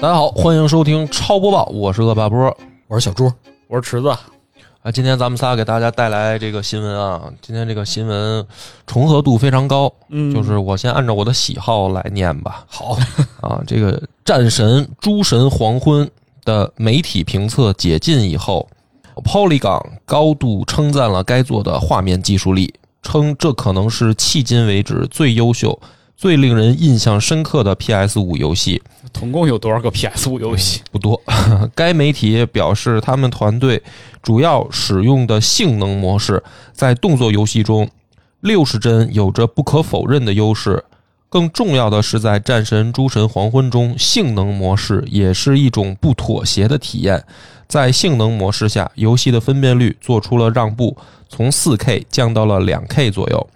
大家好，欢迎收听超播报，我是恶霸波。我是小猪，我说池子，啊，今天咱们仨给大家带来这个新闻啊，今天这个新闻重合度非常高，嗯就是我先按照我的喜好来念吧。好， 啊，这个《战神：诸神黄昏》的媒体评测解禁以后，Polygon 高度称赞了该作的画面技术力，称这可能是迄今为止最优秀、最令人印象深刻的 PS 五游戏。总共有多少个 PS 五游戏？不多。 该媒体也表示，他们团队主要使用的性能模式在动作游戏中，六十帧有着不可否认的优势。更重要的是，在《战神：诸神黄昏》中，性能模式也是一种不妥协的体验。在性能模式下，游戏的分辨率做出了让步，从 4K 降到了 2K 左右。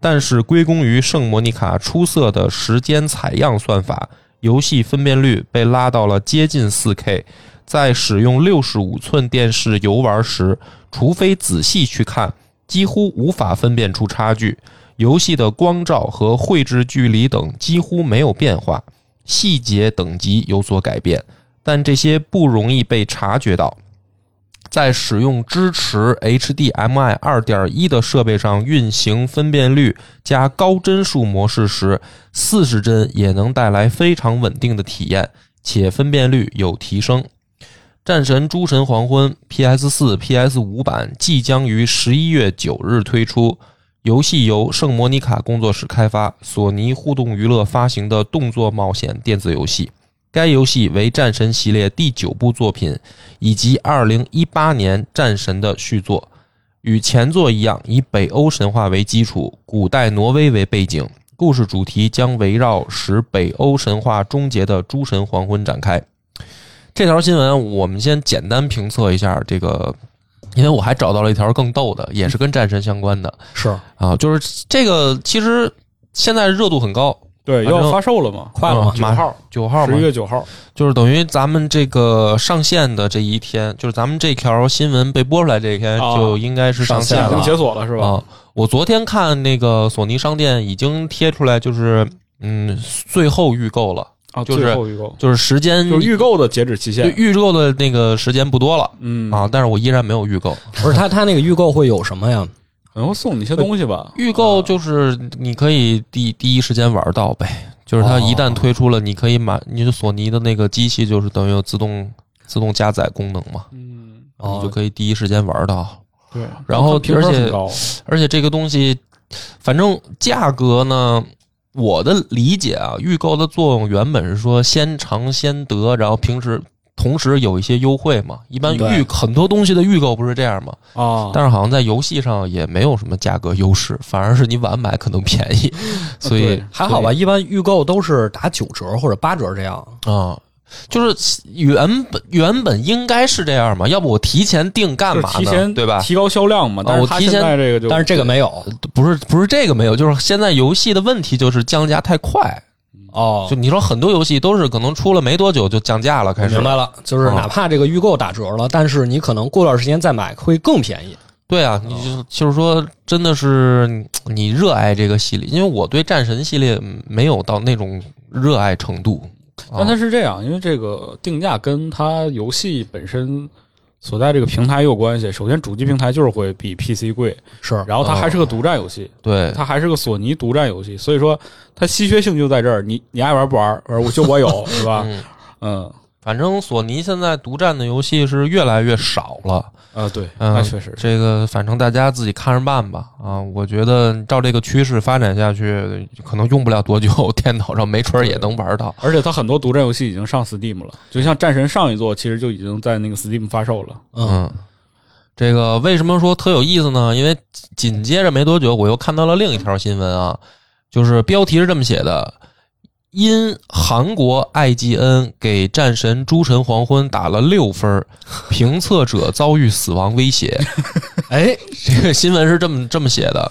但是归功于圣莫妮卡出色的时间采样算法，游戏分辨率被拉到了接近 4K。在使用65寸电视游玩时，除非仔细去看，几乎无法分辨出差距。游戏的光照和绘制距离等几乎没有变化，细节等级有所改变，但这些不容易被察觉到。在使用支持 HDMI 2.1的设备上运行分辨率加高帧数模式时，四十帧也能带来非常稳定的体验，且分辨率有提升。《战神：诸神黄昏》PS 4 PS 5版即将于十一月九日推出。游戏由圣莫妮卡工作室开发，索尼互动娱乐发行的动作冒险电子游戏。该游戏为《战神》系列第九部作品，以及2018年《战神》的续作。与前作一样，以北欧神话为基础，古代挪威为背景，故事主题将围绕使北欧神话终结的诸神黄昏展开。这条新闻我们先简单评测一下这个，因为我还找到了一条更逗的，也是跟战神相关的是啊，就是这个其实现在热度很高，对，反正要发售了嘛，啊快了吗嗯马九号，九号嘛十一，月九号，就是等于咱们这个上线的这一天，就是咱们这条新闻被播出来这一天，啊就应该是上上线线已了经了解锁了是吧？啊。我昨天看那个索尼商店已经贴出来，就是嗯，最后预购了，啊，就是最后预购，就是时间就是预购的截止期就限。预购的那个时间不多了嗯哦啊，，但是我依然没有预购。不是他他那个预购会有什么呀？然后送你一些东西吧。啊预购就是你可以第第一时间玩到呗，就是它一旦推出了，你可以买，你就索尼的那个机器就是等于有自动自动加载功能嘛，嗯，你哦就可以第一时间玩到。对。然后我看嗯评分而且很高，而且这个东西，反正价格呢，我的理解啊，预购的作用原本是说先尝先得，然后平时同时有一些优惠嘛。一般对预很多东西的预购不是这样嘛，啊，但是好像在游戏上也没有什么价格优势，反而是你晚买可能便 宜，所以对还好吧，一般预购都是打九折或者八折这样。啊。就是原本原本应该是这样嘛，要不我提前订干就是嘛提呢？前对吧？提高销量嘛，但我是它提现前在这个就但是这个没有不是不是这个没有，就是现在游戏的问题就是降价太快，哦就，你说很多游戏都是可能出了没多久就降价了，开始明白了，就是哦哪怕这个预购打折了，但是你可能过段时间再买会更便宜。对啊，你哦就就是说，真的是嗯你热爱这个系列，因为我对战神系列嗯没有到那种热爱程度。啊但它是这样，因为这个定价跟它游戏本身所在这个平台也有关系。首先，主机平台就是会比 PC 贵，是然后它还是个独占游戏，对它还是个索尼独占游戏，所以说它稀缺性就在这儿。你你爱玩不玩？玩我就我有，是吧？嗯， 嗯，反正索尼现在独占的游戏是越来越少了。啊，对，嗯，那确实是。这个反正大家自己看着办吧。啊，我觉得照这个趋势发展下去，可能用不了多久， 电脑上没准儿也能玩到。而且它很多独占游戏已经上 Steam 了，就像《战神》上一座其实就已经在那个 Steam 发售了。嗯，这个为什么说特有意思呢？因为紧接着没多久，我又看到了另一条新闻啊，就是标题是这么写的：因韩国 IGN 给《战神：诸神黄昏》打了六分儿，评测者遭遇死亡威胁。哎，这个新闻是这么这么写的：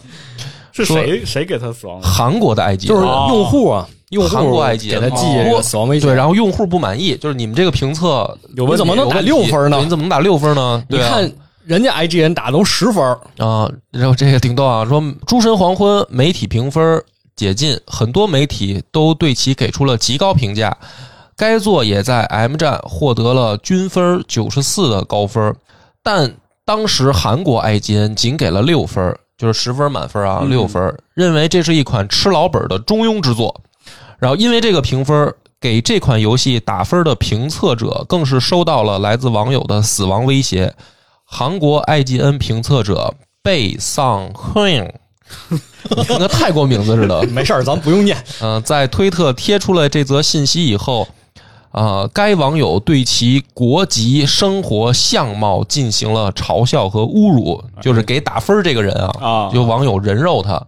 是说谁谁给他死亡了？韩国的 IGN 就是用户啊，用户韩国 IG 给他寄这个死亡威哦胁对，，然后用户不满意，就是你们这个评测有你问怎题么？能打有六问题分呢对你？怎么能打六分呢？你对啊看人家 IGN 打都十分儿，啊，然后这个挺逗啊，说《诸神黄昏》媒体评分解禁，很多媒体都对其给出了极高评价。该作也在 M 站获得了均分九十四的高分，但当时韩国爱金仅给了六分，就是十分满分啊，嗯六分，认为这是一款吃老本的中庸之作。然后因为这个评分，给这款游戏打分的评测者更是收到了来自网友的死亡威胁。韩国爱金恩评测者贝桑亨，你跟个泰国名字似的。没事儿，咱不用念。嗯、在推特贴出了这则信息以后，啊、该网友对其国籍、生活、相貌进行了嘲笑和侮辱，就是给打分儿这个人啊， 啊，有网友人肉他，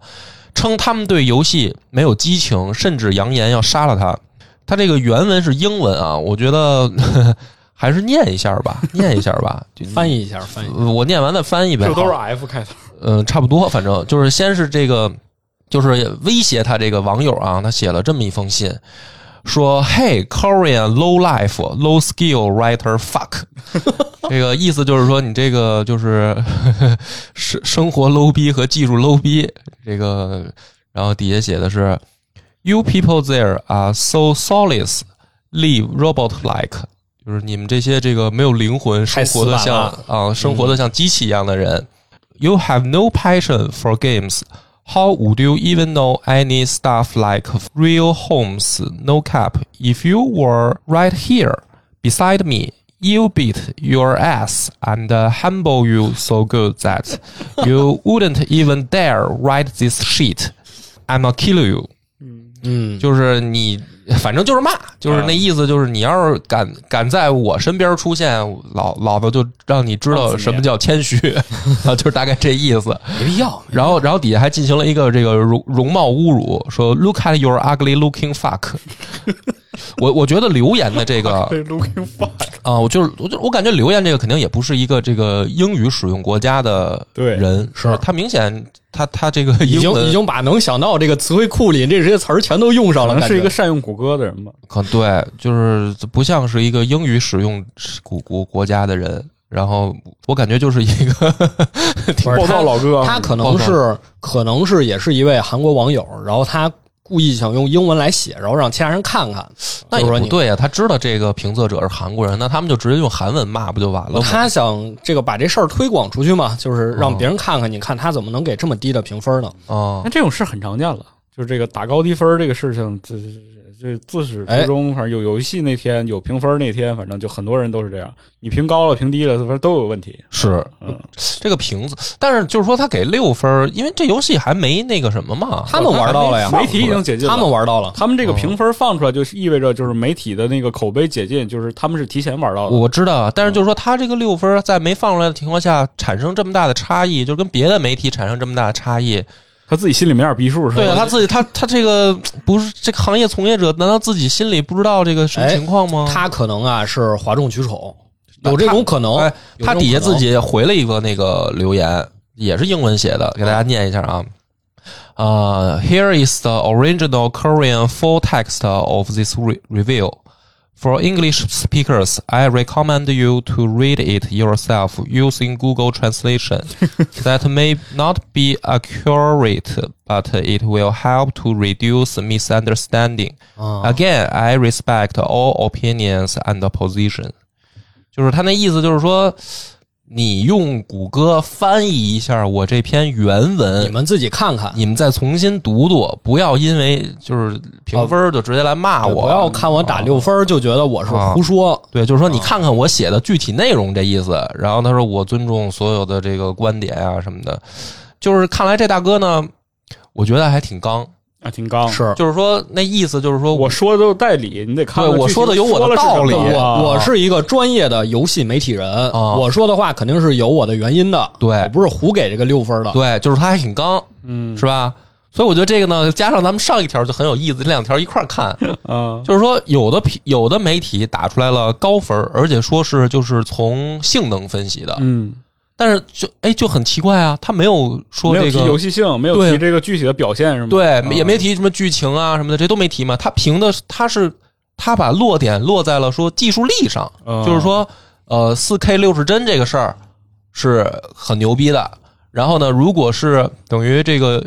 称他们对游戏没有激情，甚至扬言要杀了他。他这个原文是英文啊，我觉得 呵呵还是念一下吧，念一下吧，就翻译一下，翻译一下。呃我念完再翻译呗。这都好是 F 开头，嗯，差不多，反正就是先是这个，就是威胁他这个网友啊，他写了这么一封信，说：“Hey Korean low life low skill writer fuck，这个意思就是说你这个就是 呵呵生生活 low 逼和技术 low 逼，这个然后底下写的是，You people there are so soulless, live robot like。”就是你们这些这个没有灵魂、生太活的死板像了啊，生活的像机器一样的人，You have no passion for games. How would you even know any stuff like real homes, no cap? If you were right here beside me, you beat your ass and uh, humble you so good that you wouldn't even dare write this shit. I'ma kill you. 嗯，就是你，反正就是骂，啊就是那意思，就是你要是敢敢在我身边出现，老老子就让你知道什么叫谦虚 啊，就是大概这意思。没必要。然后，然后底下还进行了一个这个容容貌侮辱，说 “Look at your ugly looking fuck”。我我觉得留言的这个 looking fuck，啊，我就是我就我感觉留言这个肯定也不是一个这个英语使用国家的对人，是他明显他他这个 已英经文已经把能想到这个词汇库里这些词儿全都用上可了，能感是一觉个善用谷歌的人吧。可对，就是不像是一个英语使用国国国家的人。然后我感觉就是一个挺不是他老嗯哥啊他可能是可能是也是一位韩国网友，然后他故意想用英文来写，然后让其他人看看。那也就是说不你对呀、他知道这个评测者是韩国人，那他们就直接用韩文骂不就完了吗？他想这个把这事儿推广出去嘛，就是让别人看看，你看他怎么能给这么低的评分呢？哦 那，这种事很常见了，就是这个打高低分儿这个事情，这这这自始哎至终，反正有游戏那天，有评分那天，反正就很多人都是这样，你评高了，评低了，反正都有问题。是嗯，这个评测，但是就是说他给六分儿，因为这游戏还没那个什么嘛。他们玩到了呀，媒体已经解禁了，他们玩到了，他们嗯这个评分放出来，就是意味着就是媒体的那个口碑解禁，就是他们是提前玩到的。我知道，啊但是就是说他这个六分儿在没放出来的情况下产生这么大的差异，就跟别的媒体产生这么大的差异，他自己心里没点逼数是吧？对啊，他自己，他他这个不是这个行业从业者，难道自己心里不知道这个什么哎情况吗？他可能啊是哗众取宠，那有这种可能哎。有这他种可能底下自己回了一个那个留言，也是英文写的，给大家念一下啊。呃、h e r e is the original Korean full text of this re- review. For English speakers, I recommend you to read it yourself using Google Translation. that may not be accurate, but it will help to reduce misunderstanding. 啊 Again, I respect all opinions and position。就是他那意思，就是说，你用谷歌翻译一下我这篇原你文，们自己看看，你们再重新读读，不要因为就是评分就直接来骂啊对我。不要啊看我打六分儿就觉得我是胡说。对，就是说你看看我写的具体内容这意思。然后他说我尊重所有的这个观点啊什么的，就是看来这大哥呢，我觉得还挺刚，啊，挺刚。是就是说那意思就是说我说的都有代理，你得看看对我具体说的有我的了是道理什么啊我我是一个专业的游戏媒体人，啊我说的话肯定是有我的原因的，对我不是胡给这个六分的。对，就是他还挺刚，嗯是吧？所以我觉得这个呢，加上咱们上一条就很有意思，这两条一块儿 看，啊，就是说有的批有的媒体打出来了高分儿，而且说是就是从性能分析的，嗯，但是就哎就很奇怪啊，他没有说没有这提游个。戏性，没有对提这个具体的表现是吗？对，也没提。提什么剧情啊什么的，这都没提嘛。他评的他是他把落点落在了说技术力上，嗯就是说，呃，四 K 六十帧这个事儿是很牛逼的。然后呢，如果是等于这个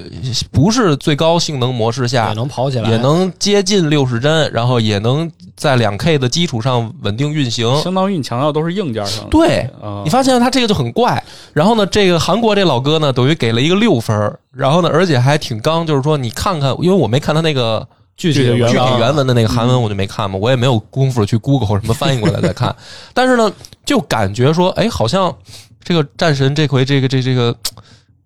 不是最高性能模式下也，能跑起来，啊也能接近六十帧，然后也能在两 K 的基础上稳定运行。嗯相当于你强调都是硬件上的。对，啊你，发现他这个就很怪。然后呢，这个韩国这老哥呢，等于给了一个六分儿，然后呢，而且还挺刚，就是说你看看，因为我没看他那个具体具体的的具原体文啊原文的嗯那个韩文，我就没看嘛，我也没有功夫去 Google 什么翻译过来再看。但是呢，就感觉说，哎，好像这个战神这回这个这这个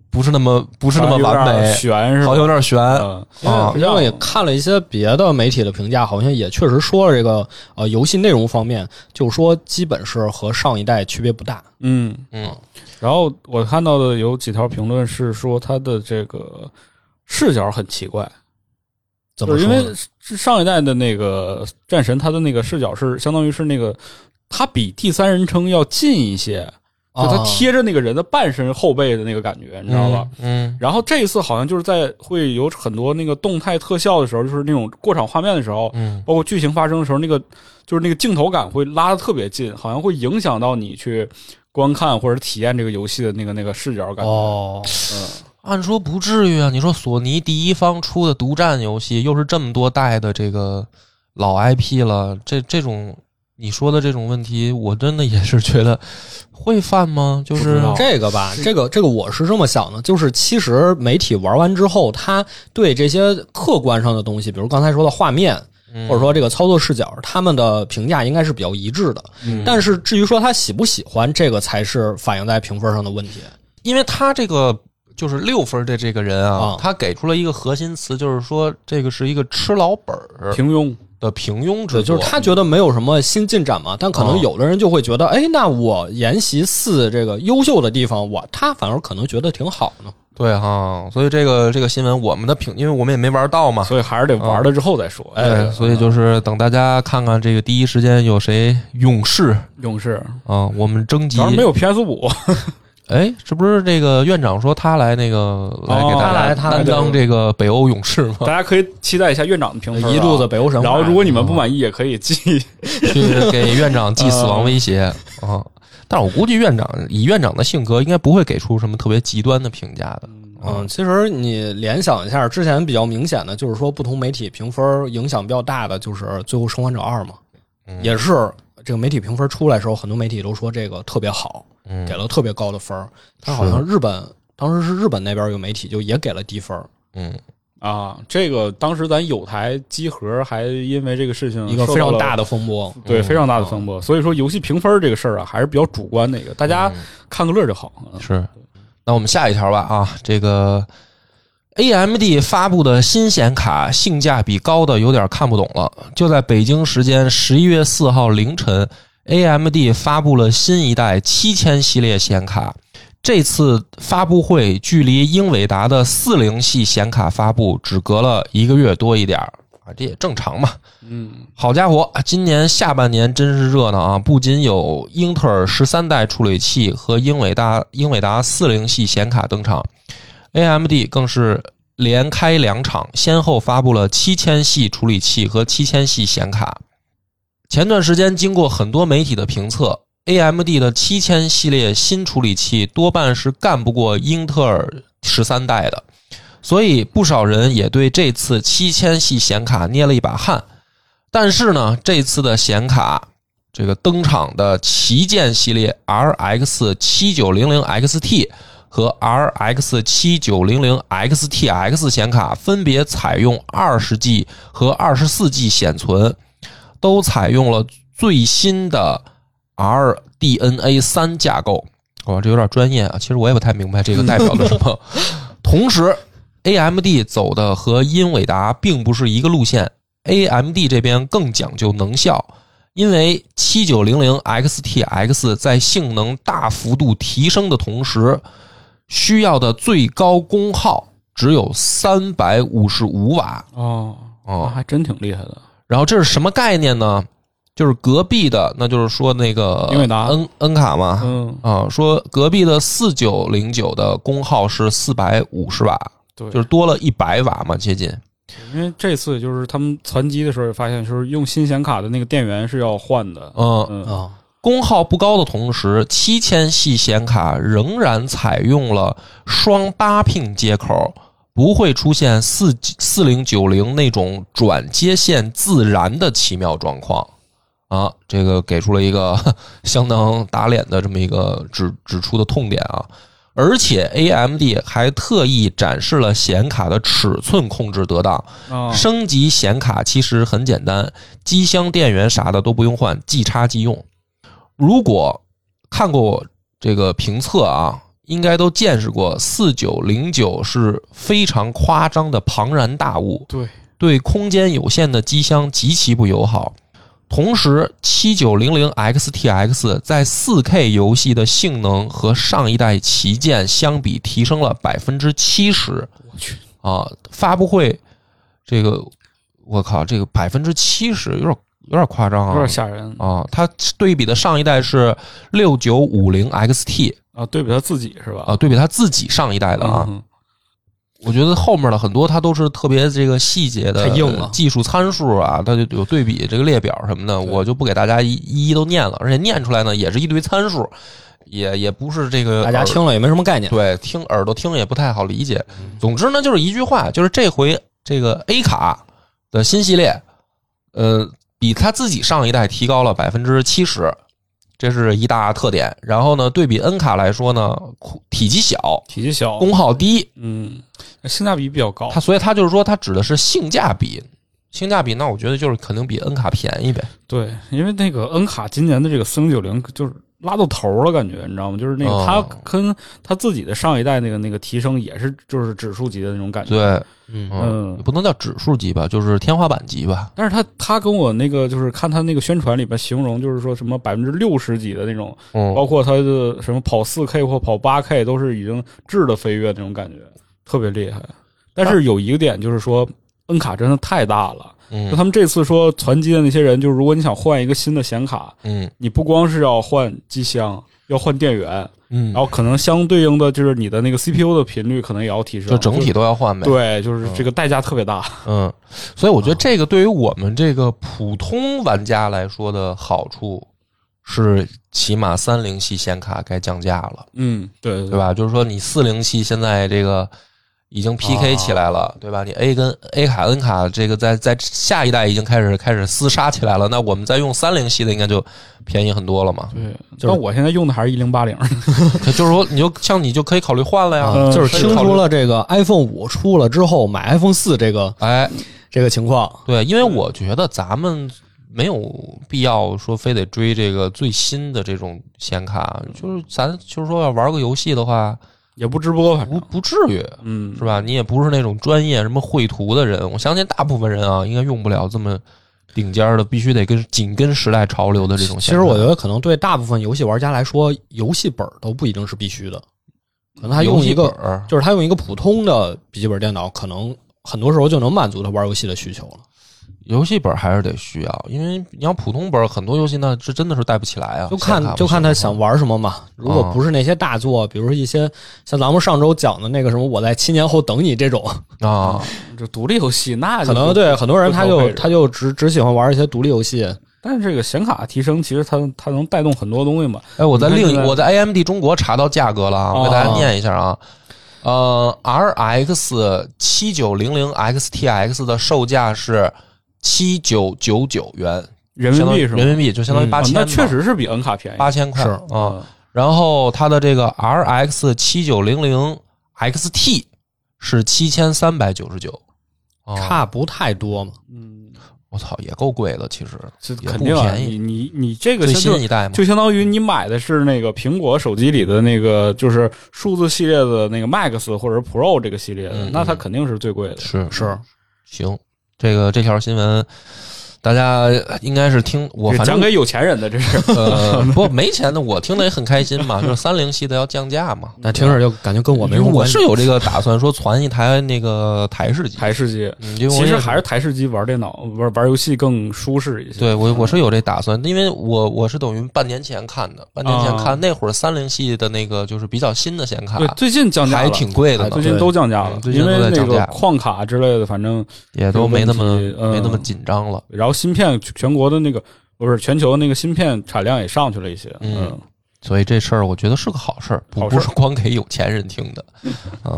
不是那么不是那么完啊有点美，悬是吧？好像有点悬。嗯啊因为也看了一些别的媒体的评价，好像也确实说了这个呃游戏内容方面，就是说基本是和上一代区别不大。嗯，嗯，然后我看到的有几条评论是说它的这个视角很奇怪，怎就么是说因呢？为是上一代的那个战神，它的那个视角是相当于是那个，它比第三人称要近一些，就它啊贴着那个人的半身后背的那个感觉，你知道吧？嗯？然后这一次好像就是在会有很多那个动态特效的时候，就是那种过场画面的时候，嗯包括剧情发生的时候，那个就是那个镜头感会拉得特别近，好像会影响到你去观看或者体验这个游戏的那个那个视角感觉。哦，嗯，按说不至于啊！你说索尼第一方出的独占游戏，又是这么多代的这个老 IP 了，这这种你说的这种问题，我真的也是觉得会犯吗？就不知是道这个吧，这个这个我是这么想的，就是其实媒体玩完之后，他对这些客观上的东西，比如刚才说的画面，嗯或者说这个操作视角，他们的评价应该是比较一致的。嗯但是至于说他喜不喜欢，这个才是反映在评分上的问题。因为他这个就是六分的这个人啊，啊他给出了一个核心词，就是说这个是一个吃老本儿平庸，的平庸之对，作，就是他觉得没有什么新进展嗯嘛，但可能有的人就会觉得，哎，那我研习四这个优秀的地方，我他反而可能觉得挺好呢。对哈，所以这个这个新闻我们的评，因为我们也没玩到嘛。所以还是得哦玩了之后再说。对，哎，所以就是等大家看看这个第一时间有谁勇士勇士，啊，我们征集主要是没有 PS 五，哎，这不是这个院长说他来那个来给哦他大家来他来担当这个北欧勇士吗？大 家可以期待一下院长的评分啊，一肚子北欧神话。然后如果你们不满意，也可以寄。去给院长寄死亡威胁嗯啊！但是我估计院长以院长的性格，应该不会给出什么特别极端的评价的。啊嗯，其实你联想一下，之前比较明显的就是说，不同媒体评分影响比较大的就是《最后生还者二》嘛，嗯也是这个媒体评分出来的时候，很多媒体都说这个特别好，嗯给了特别高的分儿。但好像日本当时是日本那边有媒体就也给了低分儿，嗯，啊，这个当时咱有台机核还因为这个事情嗯一个非常大的嗯哦风波。受到了对非常大的风波，所以说游戏评分这个事儿啊还是比较主观的一个，大嗯家看个乐就好。嗯是。那我们下一条吧啊，这个 AMD 发布的新显卡性价比高的有点看不懂了。就在北京时间十一月四号凌晨，AMD 发布了新一代七千系列显卡。这次发布会距离英伟达的四零系显卡发布只隔了一个月多一点儿啊，这也正常嘛。嗯，好家伙，今年下半年真是热闹啊！不仅有英特尔十三代处理器和英伟达英伟达四零系显卡登场，AMD 更是连开两场，先后发布了七千系处理器和七千系显卡。前段时间，经过很多媒体的评测，AMD 的七千系列新处理器多半是干不过英特尔十三代的，所以不少人也对这次七千系显卡捏了一把汗。但是呢，这次的显卡这个登场的旗舰系列 RX 七九零零 XT 和 RX 七九零零 XTX 显卡分别采用二十 G 和二十四 G 显存，都采用了最新的 RDNA 三架构。哇，这有点专业啊！其实我也不太明白这个代表了什么。同时，AMD 走的和英伟达并不是一个路线，AMD 这边更讲究能效，因为七九零零 XTX 在性能大幅度提升的同时，需要的最高功耗只有三百五十五瓦嗯哦，那哦。还真挺厉害的。然后这是什么概念呢？就是隔壁的，那就是说那个英伟达 N N 卡嘛，嗯，啊，说隔壁的四九零九的功耗是四百五十瓦，对，就是多了一百瓦嘛，接近。因为这次就是他们攒机的时候也发现，就是用新显卡的那个电源是要换的。嗯，嗯，啊，功耗不高的同时，七千系显卡仍然采用了双八 pin 接口，不会出现四四零九零那种转接线自燃的奇妙状况。啊，这个给出了一个 相当打脸的这么一个指指出的痛点啊。而且 AMD 还特意展示了显卡的尺寸控制得当，啊，升级显卡其实很简单，机箱、电源啥的都不用换，即插即用。如果看过我这个评测啊，应该都见识过，四九零九是非常夸张的庞然大物，对，对空间有限的机箱极其不友好。同时，七九零零 XTX 在四 K 游戏的性能和上一代旗舰相比提升了百分之七十。我去，啊，发布会这个，我靠，这个百分之七十有点有点夸张有啊，点吓人啊！它对比的上一代是六九五零 XT 啊！对比他自己是吧？啊，对比它自己上一代的啊，嗯我觉得后面的很多它都是特别这个细节的太硬了技术参数啊，它就有对比这个列表什么的，对我就不给大家一一一都念了，而且念出来呢也是一堆参数，也也不是这个大家耳听了也没什么概念。呃对，听耳朵听也不太好理解。总之呢，就是一句话，就是这回这个 A 卡的新系列，呃，比它自己上一代提高了百分之七十，这是一大特点。然后呢，对比 N 卡来说呢，库体积小，体积小，功耗低，嗯，性价比比较高它。所以它就是说，它指的是性价比。性价比，那我觉得就是肯定比 N 卡便宜呗。对，因为那个 N 卡今年的这个四零九零就是拉到头了，感觉你知道吗？就是那个哦它跟它自己的上一代那个那个提升也是就是指数级的那种感觉。对，嗯，嗯，嗯也不能叫指数级吧，就是天花板级吧。但是它它跟我那个就是看它那个宣传里边形容，就是说什么百分之六十几的那种，嗯，包括它的什么跑四 K 或跑八 K 都是已经质的飞跃那种感觉，特别厉害。但是有一个点就是说，N 卡真的太大了。就嗯他们这次说传机的那些人，就是如果你想换一个新的显卡，嗯你不光是要换机箱，要换电源，然嗯，后可能相对应的就是你的那个 CPU 的频率可能也要提升，就整体就都要换呗。对，就是这个代价特别大。嗯，所以我觉得这个对于我们这个普通玩家来说的好处是，起码三零系显卡该降价了，嗯，对对对？吧？就是说你四零系现在这个已经 PK 起来了，对吧？你 A 跟 A 卡 N 卡这个在在下一代已经开始开始厮杀起来了，那我们再用三零系的应该就便宜很多了嘛。对，就是但我现在用的还是一零八零， 可就是说，你就像你就可以考虑换了呀，啊，就是听嗯考虑出了这个 iPhone 五出了之后买 iPhone 四这个哎，这个情况。对，因为我觉得咱们没有必要说非得追这个最新的这种显卡，嗯就是咱就是说要玩个游戏的话，也不直播，反不正不至于嗯，是吧？你也不是那种专业什么绘图的人，我相信大部分人啊，应该用不了这么顶尖儿的，必须得跟紧跟时代潮流的这种显卡。其实我觉得可能对大部分游戏玩家来说，游戏本儿都不一定是必须的，可能他用一游戏个本儿就是他用一个普通的笔记本电脑，可能很多时候就能满足他玩游戏的需求了。游戏本儿还是得需要，因为你要普通本儿，很多游戏那是真的是带不起来啊，就显卡看不嗯就看他行想玩什么嘛。如果不是那些大作，比如说一些像咱们上周讲的那个什么“我在七年后等你”这种，嗯啊，这独立游戏那就可能对很多人他不就消费他就只只喜欢玩一些独立游戏。哦但是这个显卡提升，其实它它能带动很多东西嘛。哎，我在你看另一现在我在 AMD 中国查到价格了啊，我给大家哦念一下啊。呃，RX 七九零零 XTX 的售价是七九九九元，人相民币是当于吗？人民币就相当于嗯八啊千、那确实是比 N 卡便宜。嗯八千块是啊。然后它的这个 RX 七九零零 XT 是七千三百九十九，啊差不太多嘛。嗯，我操也够贵了，其实这也肯不定啊！便宜你你你这个最相新就一代嘛，就相当于你买的是那个苹果手机里的那个，就是数字系列的那个 Max 或者 Pro 这个系列的，嗯那它肯定是最贵的。是是，行，这个这条新闻，大家应该是听我这反讲正给有钱人的，这是 呃不没钱的，我听的也很开心嘛，就是三菱系的要降价嘛。嗯那听着就感觉跟我没什么我关系是。有这个打算，说攒一台那个台式机，台式机。嗯因为我其实也还是台式机玩电脑、玩玩游戏更舒适一些。对我我是有这打算，因为我我是等于半年前看的，半年前看、啊那会儿三菱系的那个就是比较新的显卡对，，最近降价了还挺贵的哎呢，最近都降价了嗯，最近因都为在那降价个矿卡之类的，反正也都没那么这个问题嗯没那么紧张了。然后芯片全国的那个不是全球那个芯片产量也上去了一些，嗯嗯，所以这事儿我觉得是个好事儿，不好事不儿是光给有钱人听的 啊。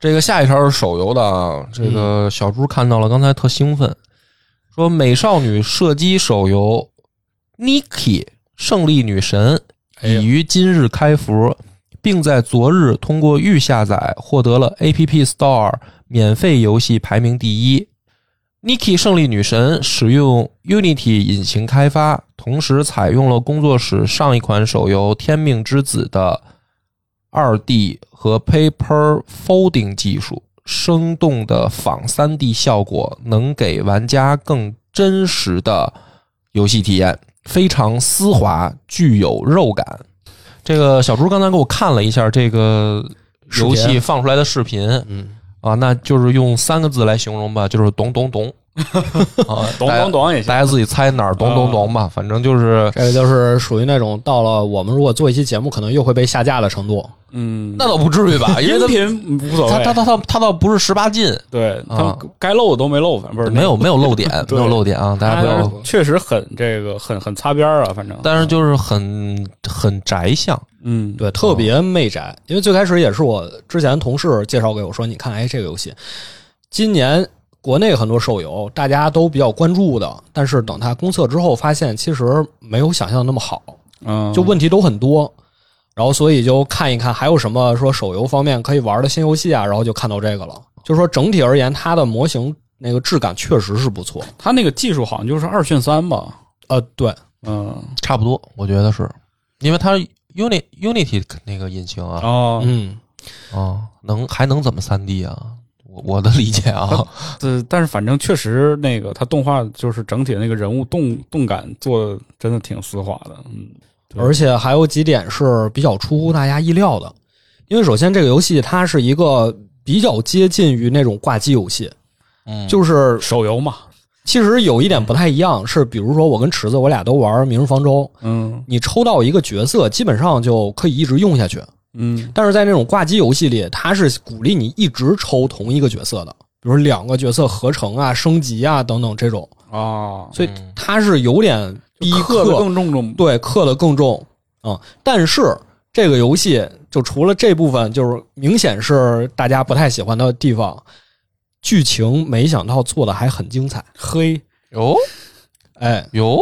这个下一条是手游的啊，这嗯个小猪看到了，刚才特兴奋，说美少女射击手游《Niki 胜利女神》哎呀已于今日开服，并在昨日通过预下载获得了 App Store 免费游戏排名第一。Niki 胜利女神使用 Unity 引擎开发，同时采用了工作室上一款手游《天命之子》的二 D 和 Paper Folding 技术，生动的仿三 D 效果，能给玩家更真实的游戏体验，非常丝滑，具有肉感。这个小猪刚才给我看了一下这个视频游戏放出来的视频，嗯，啊，那就是用三个字来形容吧，就是懂懂 懂啊，懂大家懂，懂也行啊大家自己猜哪儿懂懂懂吧，反正就是。这个就是属于那种到了我们如果做一期节目，可能又会被下架的程度。嗯，那倒不至于吧，因为音他频无所他谓，他他他他倒不是十八禁，对他啊们该漏的都没漏，反正不是没有没有漏点，没 对有漏点啊，大家不要。确实很这个很很擦边儿啊，反正但是就是很很宅向，嗯，对，特别媚宅。因为最开始也是我之前同事介绍给我说，你看，哎，这个游戏今年国内很多手游大家都比较关注的，但是等它公测之后，发现其实没有想象的那么好，嗯，就问题都很多。然后所以就看一看还有什么说手游方面可以玩的新游戏啊，然后就看到这个了。就是说整体而言，它的模型那个质感确实是不错。他那个技术好像就是二选三吧，呃，对，嗯，差不多，我觉得是，因为它 Unity Unity 那个引擎啊哦，嗯，啊，能还能怎么三 D 啊？我我的理解哦啊，这呃但是反正确实那个他动画就是整体那个人物动动感做得真的挺丝滑的，嗯，对而且还有几点是比较出乎大家意料的，因为首先这个游戏它是一个比较接近于那种挂机游戏，嗯，就是手游嘛，其实有一点不太一样，是比如说我跟池子我俩都玩《明日方舟》，嗯你抽到一个角色，基本上就可以一直用下去。嗯但是在那种挂机游戏里，它是鼓励你一直抽同一个角色的，比如两个角色合成啊、升级啊等等这种，啊，所以嗯它是有点逼刻的更重重，对，刻的更重啊、嗯但是这个游戏就除了这部分，就是明显是大家不太喜欢的地方，剧情没想到做的还很精彩。黑哦，哎，有，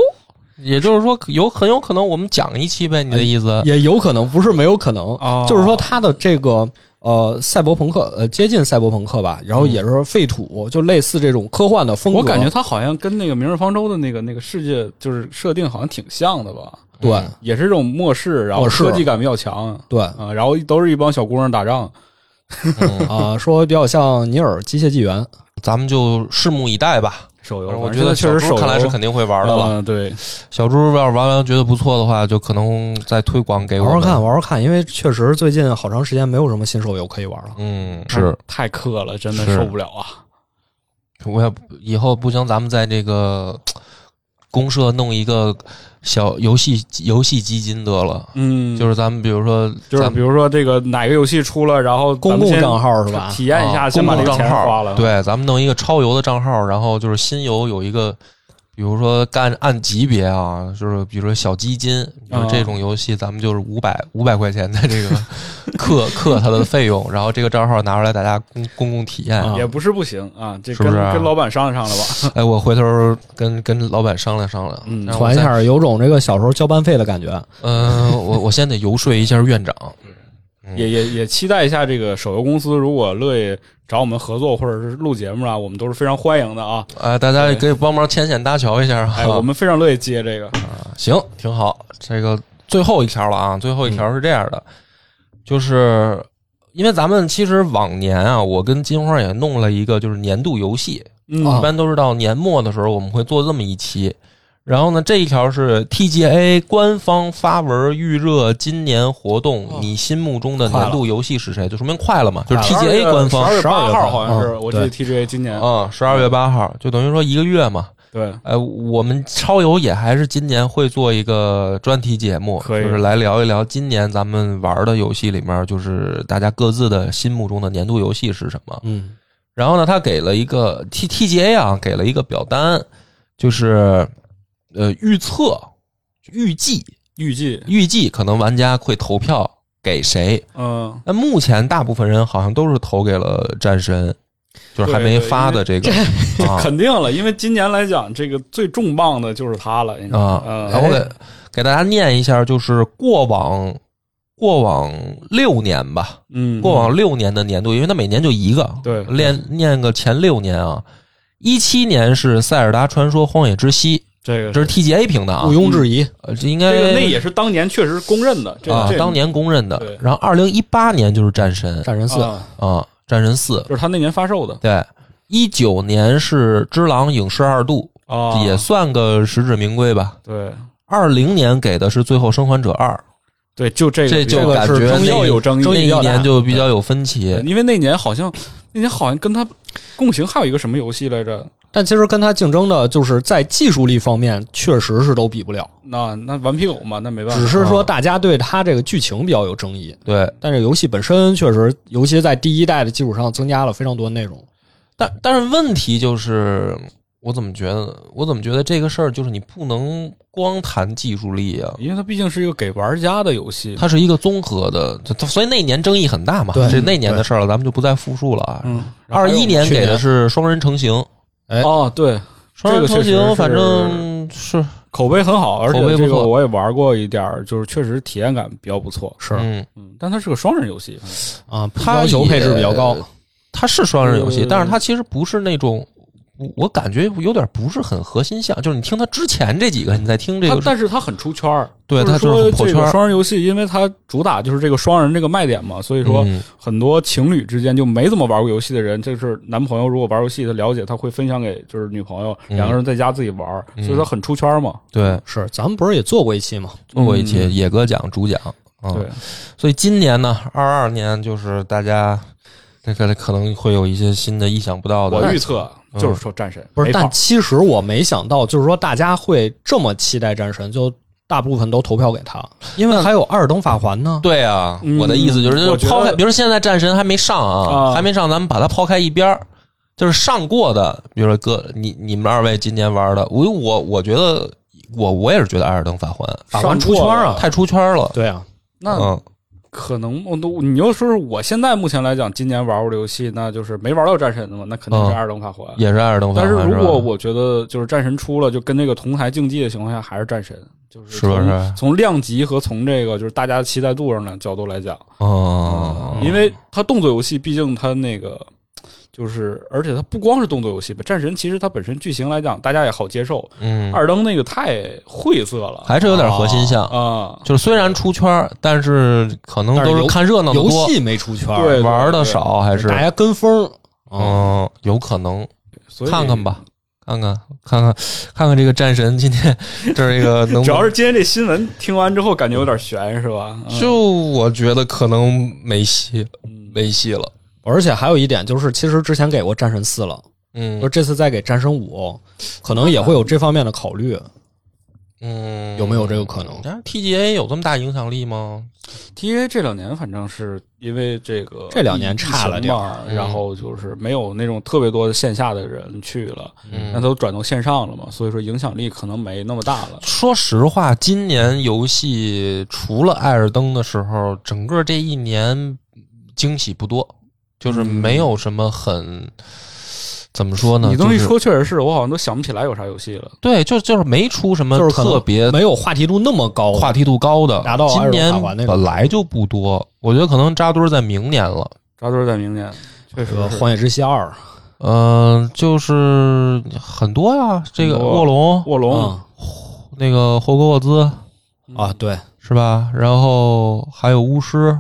也就是说有很有可能我们讲一期呗，哎你的意思？也有可能不是没有可能，啊，就是说它的这个呃赛博朋克呃接近赛博朋克吧，然后也是废土，就类似这种科幻的风格。我感觉他好像跟那个《明日方舟》的那个那个世界就是设定好像挺像的吧，对、嗯也是这种末世，然后末世科技感比较强对。啊，然后都是一帮小姑娘打仗，嗯啊、说比较像尼尔机械纪元，咱们就拭目以待吧。手游，我反觉正得确实小手猪游看来是肯定会玩的了。嗯对，小猪要是玩完觉得不错的话，就可能再推广哎给我玩玩们。看，玩玩看，因为确实最近好长时间没有什么新手游可以玩了。嗯，是太氪了，真的是嗯受不了啊！我也不以后不行，咱们在这个公社弄一个小游戏游戏基金得了。嗯就是咱们比如说，就是咱比们如说这个哪个游戏出了，然后公咱们共先账号是吧？体验一下，啊先公把共这个账钱花了号，，对，咱们弄一个超游的账号，然后就是新游有一个，比如说干按级别啊，就是比如说小基金，比如啊说这种游戏，咱们就是五百五百块钱的这个 克克它的费用，然后这个账号拿出来大家公公共体验。啊也不是不行啊，这是跟不是啊跟老板商量商量吧。哎，我回头跟跟老板商量商量，嗯然后我团一再。下，有种这个小时候交班费的感觉。嗯、我我先得游说一下院长。嗯也也也期待一下这个手游公司，如果乐意找我们合作或者是录节目啊，我们都是非常欢迎的啊。啊、大家也可以帮忙牵线搭桥一下啊。哎，我们非常乐意接这个。行，挺好。这个最后一条了啊，最后一条是这样的，就是因为咱们其实往年啊，我跟金花也弄了一个就是年度游戏，嗯啊一般都是到年末的时候我们会做这么一期。然后呢，这一条是 TGA 官方发文预热今年活动，哦你心目中的年度游戏是谁？就说明快了嘛，就是快12 TGA 月官方12月12八月份号好像是，嗯我记得 TGA 今年啊，十二月八号，就等于说一个月嘛。对，呃，我们超游也还是今年会做一个专题节目，可以就是来聊一聊今年咱们玩的游戏里面，就是大家各自的心目中的年度游戏是什么。嗯，然后呢，他给了一个 T T G A 啊，给了一个表单，就是呃预测、预计、预计，预计可能玩家会投票给谁。嗯，那目前大部分人好像都是投给了战神，就是还没发的这个啊肯定了，因为今年来讲，这个最重磅的就是它了。啊。然后嗯，我给给大家念一下，就是过往过往六年吧，嗯，过往六年的年度，因为它每年就一个，对练念个前六年啊。一七年是《塞尔达传说：荒野之息这个》，这是 TGA 评的啊毋，庸置疑。呃这应哦这个该那也是当年确实公认的，这啊这当年公认的对。然后二零一八年就是《战神》战神四、啊啊，《战神四》就是他那年发售的对。一九年是《只狼影视二度》，啊，也算个实至名归吧。对二零年给的是《最后生还者二对，就这个这就这个感觉是那要有争》，议，那争议比一较大年就比较有分对歧。因为那年好像那年好像跟他共情还有一个什么游戏来着？但其实跟它竞争的就是在技术力方面，确实是都比不了。那那顽皮狗嘛，那没办只法，是说大家对它这个剧情比较有争议，对，但是游戏本身确实，尤其在第一代的基础上增加了非常多内容。但但是问题就是，我怎么觉得？我怎么觉得这个事儿就是你不能光谈技术力啊，因为它毕竟是一个给玩家的游戏。它是一个综合的，它它所以那年争议很大嘛。对这那年的事儿了，咱们就不再复述了啊。嗯，二一年去给年的是双人成行，哎嗯哦，对，双人这个成确实行是反正是口碑很好，而口碑不且这个错我也玩过一点儿，就是确实体验感比较不错。是嗯，嗯，但它是个双人游戏，反正啊，它要求配置也比较高。，它是双人游戏，嗯但是它其实不是那种。我我感觉有点不是很核心项，就是你听它之前这几个，你再听这它个，但是它很出圈儿。对就它是就是说很破这圈个儿。双人游戏，因为它主打就是这个双人这个卖点嘛，所以说嗯很多情侣之间就没怎么玩过游戏的人，就是男朋友如果玩游戏，他了解，他会分享给就是女朋友，嗯两个人在家自己玩儿，嗯所以它很出圈儿嘛。对，是，咱们不是也做过一期吗？做过一期嗯野哥讲主讲，嗯、对，所以今年呢，二二年就是大家那个可能会有一些新的意想不到的。我预测嗯就是说战神不是，没跑但其实我没想到，就是说大家会这么期待战神，就大部分都投票给他，因为还有《二等法环》呢。对啊，嗯我的意思就是，就我是觉得抛开，比如说现在战神还没上啊，啊还没上，咱们把它抛开一边儿就是上过的，比如说哥，你你们二位今年玩的，我我我觉得我我也是觉得《艾尔登法环法环出圈啊，太出圈了，对啊，那嗯，可能我都你要说是我现在目前来讲，今年玩过的游戏，那就是没玩到战神的嘛，那肯定是嗯《二等法环》也是《艾尔登法但环是》如果吧我觉得就是战神出了，就跟这个同台竞技的情况下，还是战神，就是是不从是从量级和从这个就是大家期待度上的角度来讲，嗯，因为它动作游戏，毕竟它那个就是，而且它不光是动作游戏吧，战神其实它本身剧情来讲，大家也好接受。嗯，二登那个太晦涩了还是有点核心项。啊，就是虽然出圈儿，但是可能都是看热闹的游多，戏没出圈，对玩的少还是大家跟风。嗯，嗯，有可能所以看看。吧，看看看看看看这个战神今天 这个能不能主要是今天这新闻听完之后，感觉有点悬，是吧？嗯就我觉得可能没戏嗯没戏了，而且还有一点就是，其实之前给过战神四了，就嗯这次再给战神五，可能也会有这方面的考虑，嗯，有没有这个可能？但是 TGA 有这么大影响力吗？ TA 这两年反正是因为这个这两年差了疫情点嘛，嗯然后就是没有那种特别多的线下的人去了，那嗯，都转到线上了嘛，所以说影响力可能没那么大了。说实话，今年游戏除了《艾尔登》的时候，整个这一年惊喜不多，就是没有什么很。怎么说呢？你这么一就是说，确实是我好像都想不起来有啥游戏了。对，就就是没出什么就是可能特别没有话题度那么高。话题度高的，达到今年艾尔法环那种本来就不多，我觉得可能扎堆儿在明年了。扎堆在明年，确实这个《是荒野之息二》嗯、就是很多呀，这个很多卧龙，卧龙嗯那个霍格沃兹啊，，对，是吧？然后还有巫师，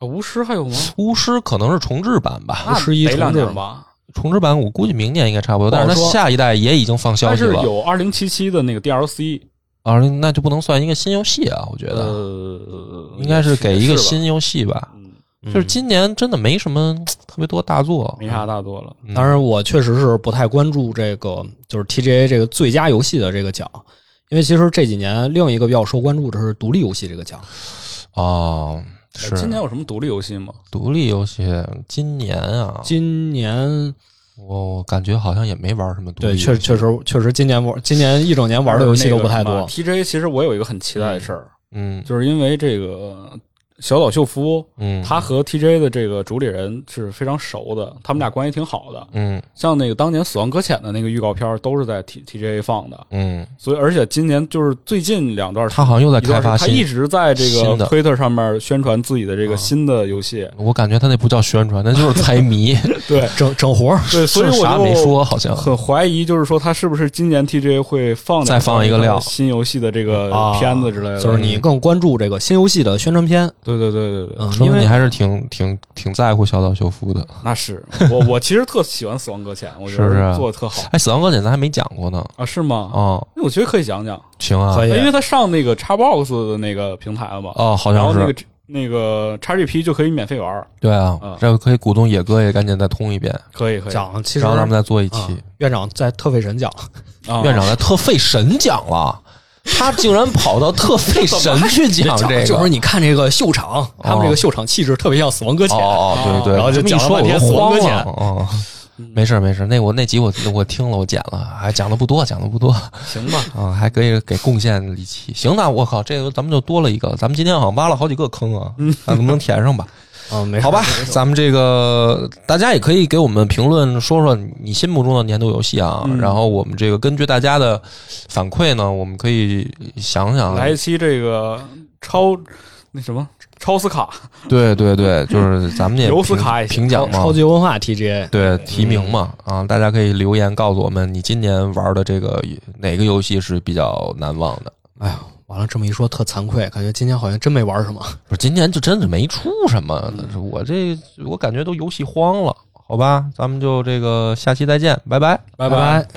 啊巫师还有吗？巫师可能是重置版吧，巫师一得两重置年吧，重置版我估计明年应该差不多，不但好是它说下一代也已经放消但息是了。有二零七七的那个 DLC，啊，那就不能算一个新游戏啊，我觉得、呃，应该是给一也个是吧，新游戏吧。嗯就是今年真的没什么特别多大作，没啥大作了。嗯。当然，我确实是不太关注这个，就是 TGA 这个最佳游戏的这个奖，因为其实这几年另一个比较受关注的是独立游戏这个奖。嗯哦，哎是今年有什么独立游戏吗？独立游戏，今年啊，今年我我感觉好像也没玩什么独立对，游戏。确确实确实，今年玩今年一整年玩的游戏都不太多。 TJ 其实我有一个很期待的事儿，嗯就是因为这个小岛秀夫，嗯，他和 TJ 的这个主理人是非常熟的，他们俩关系挺好的。嗯像那个当年《死亡搁浅》的那个预告片儿都是在 T TJ 放的，嗯，所以而且今年就是最近两段儿时间他好像又在一段开发时间他一新。直在这新的嗯个推特上面宣传自己的这个新的游戏，我感觉他那不叫宣传，那就是猜谜。对整整活儿， 对，所以是我啥就没说，好像很怀疑，就是说他是不是今年 TJ 会放再放一个料啊新游戏的这个片子之类的，呃就是你更关注这个新游戏的宣传片，对对对对对，嗯，说因明你为还是挺挺挺在乎小岛秀夫的。那是我我其实特喜欢《死亡搁浅》，我觉是不是得做的特好哎，死亡搁浅咱还没讲过呢。啊，是吗？哦，那我觉得可以讲讲，行啊可，以因为他上那个 Xbox 的那个平台了嘛，哦，好然后像那是个那个 XGP 就可以免费玩，对啊嗯，这个可以鼓动野哥也赶紧再通一遍，可以可以啊，讲其实然后咱们再做一啊期。院长在特费神讲，啊院长在特费神讲 了，他竟然跑到特费神去讲这就个是。你看这个秀场，他们这个秀场气质特别像《死亡搁哦浅》哦，对对，然后就这么一讲了说我半都天死慌亡搁了浅。嗯哦，没事儿没事儿，那我那集我我听了我剪了，还讲的不多，讲的不多。行吧，啊，还可以给贡献一期。行，那我靠，这个咱们就多了一个，咱们今天好像挖了好几个坑啊，嗯看能不能填上吧？啊，没事好吧没事，咱们这个大家也可以给我们评论，说说你心目中的年度游戏啊。嗯然后我们这个根据大家的反馈呢，我们可以想想，来一期这个超那什么超斯卡，对对对，就是咱们也尤斯评卡也行评奖嘛超。级嗯文化 TGA，对提名嘛啊，大家可以留言告诉我们，你今年玩的这个哪个游戏是比较难忘的？哎呀，完了这么一说特惭愧，感觉今天好像真没玩什么。不是，今年就真的没出什么，嗯我这我感觉都游戏荒了，好吧，咱们就这个下期再见，拜拜。拜拜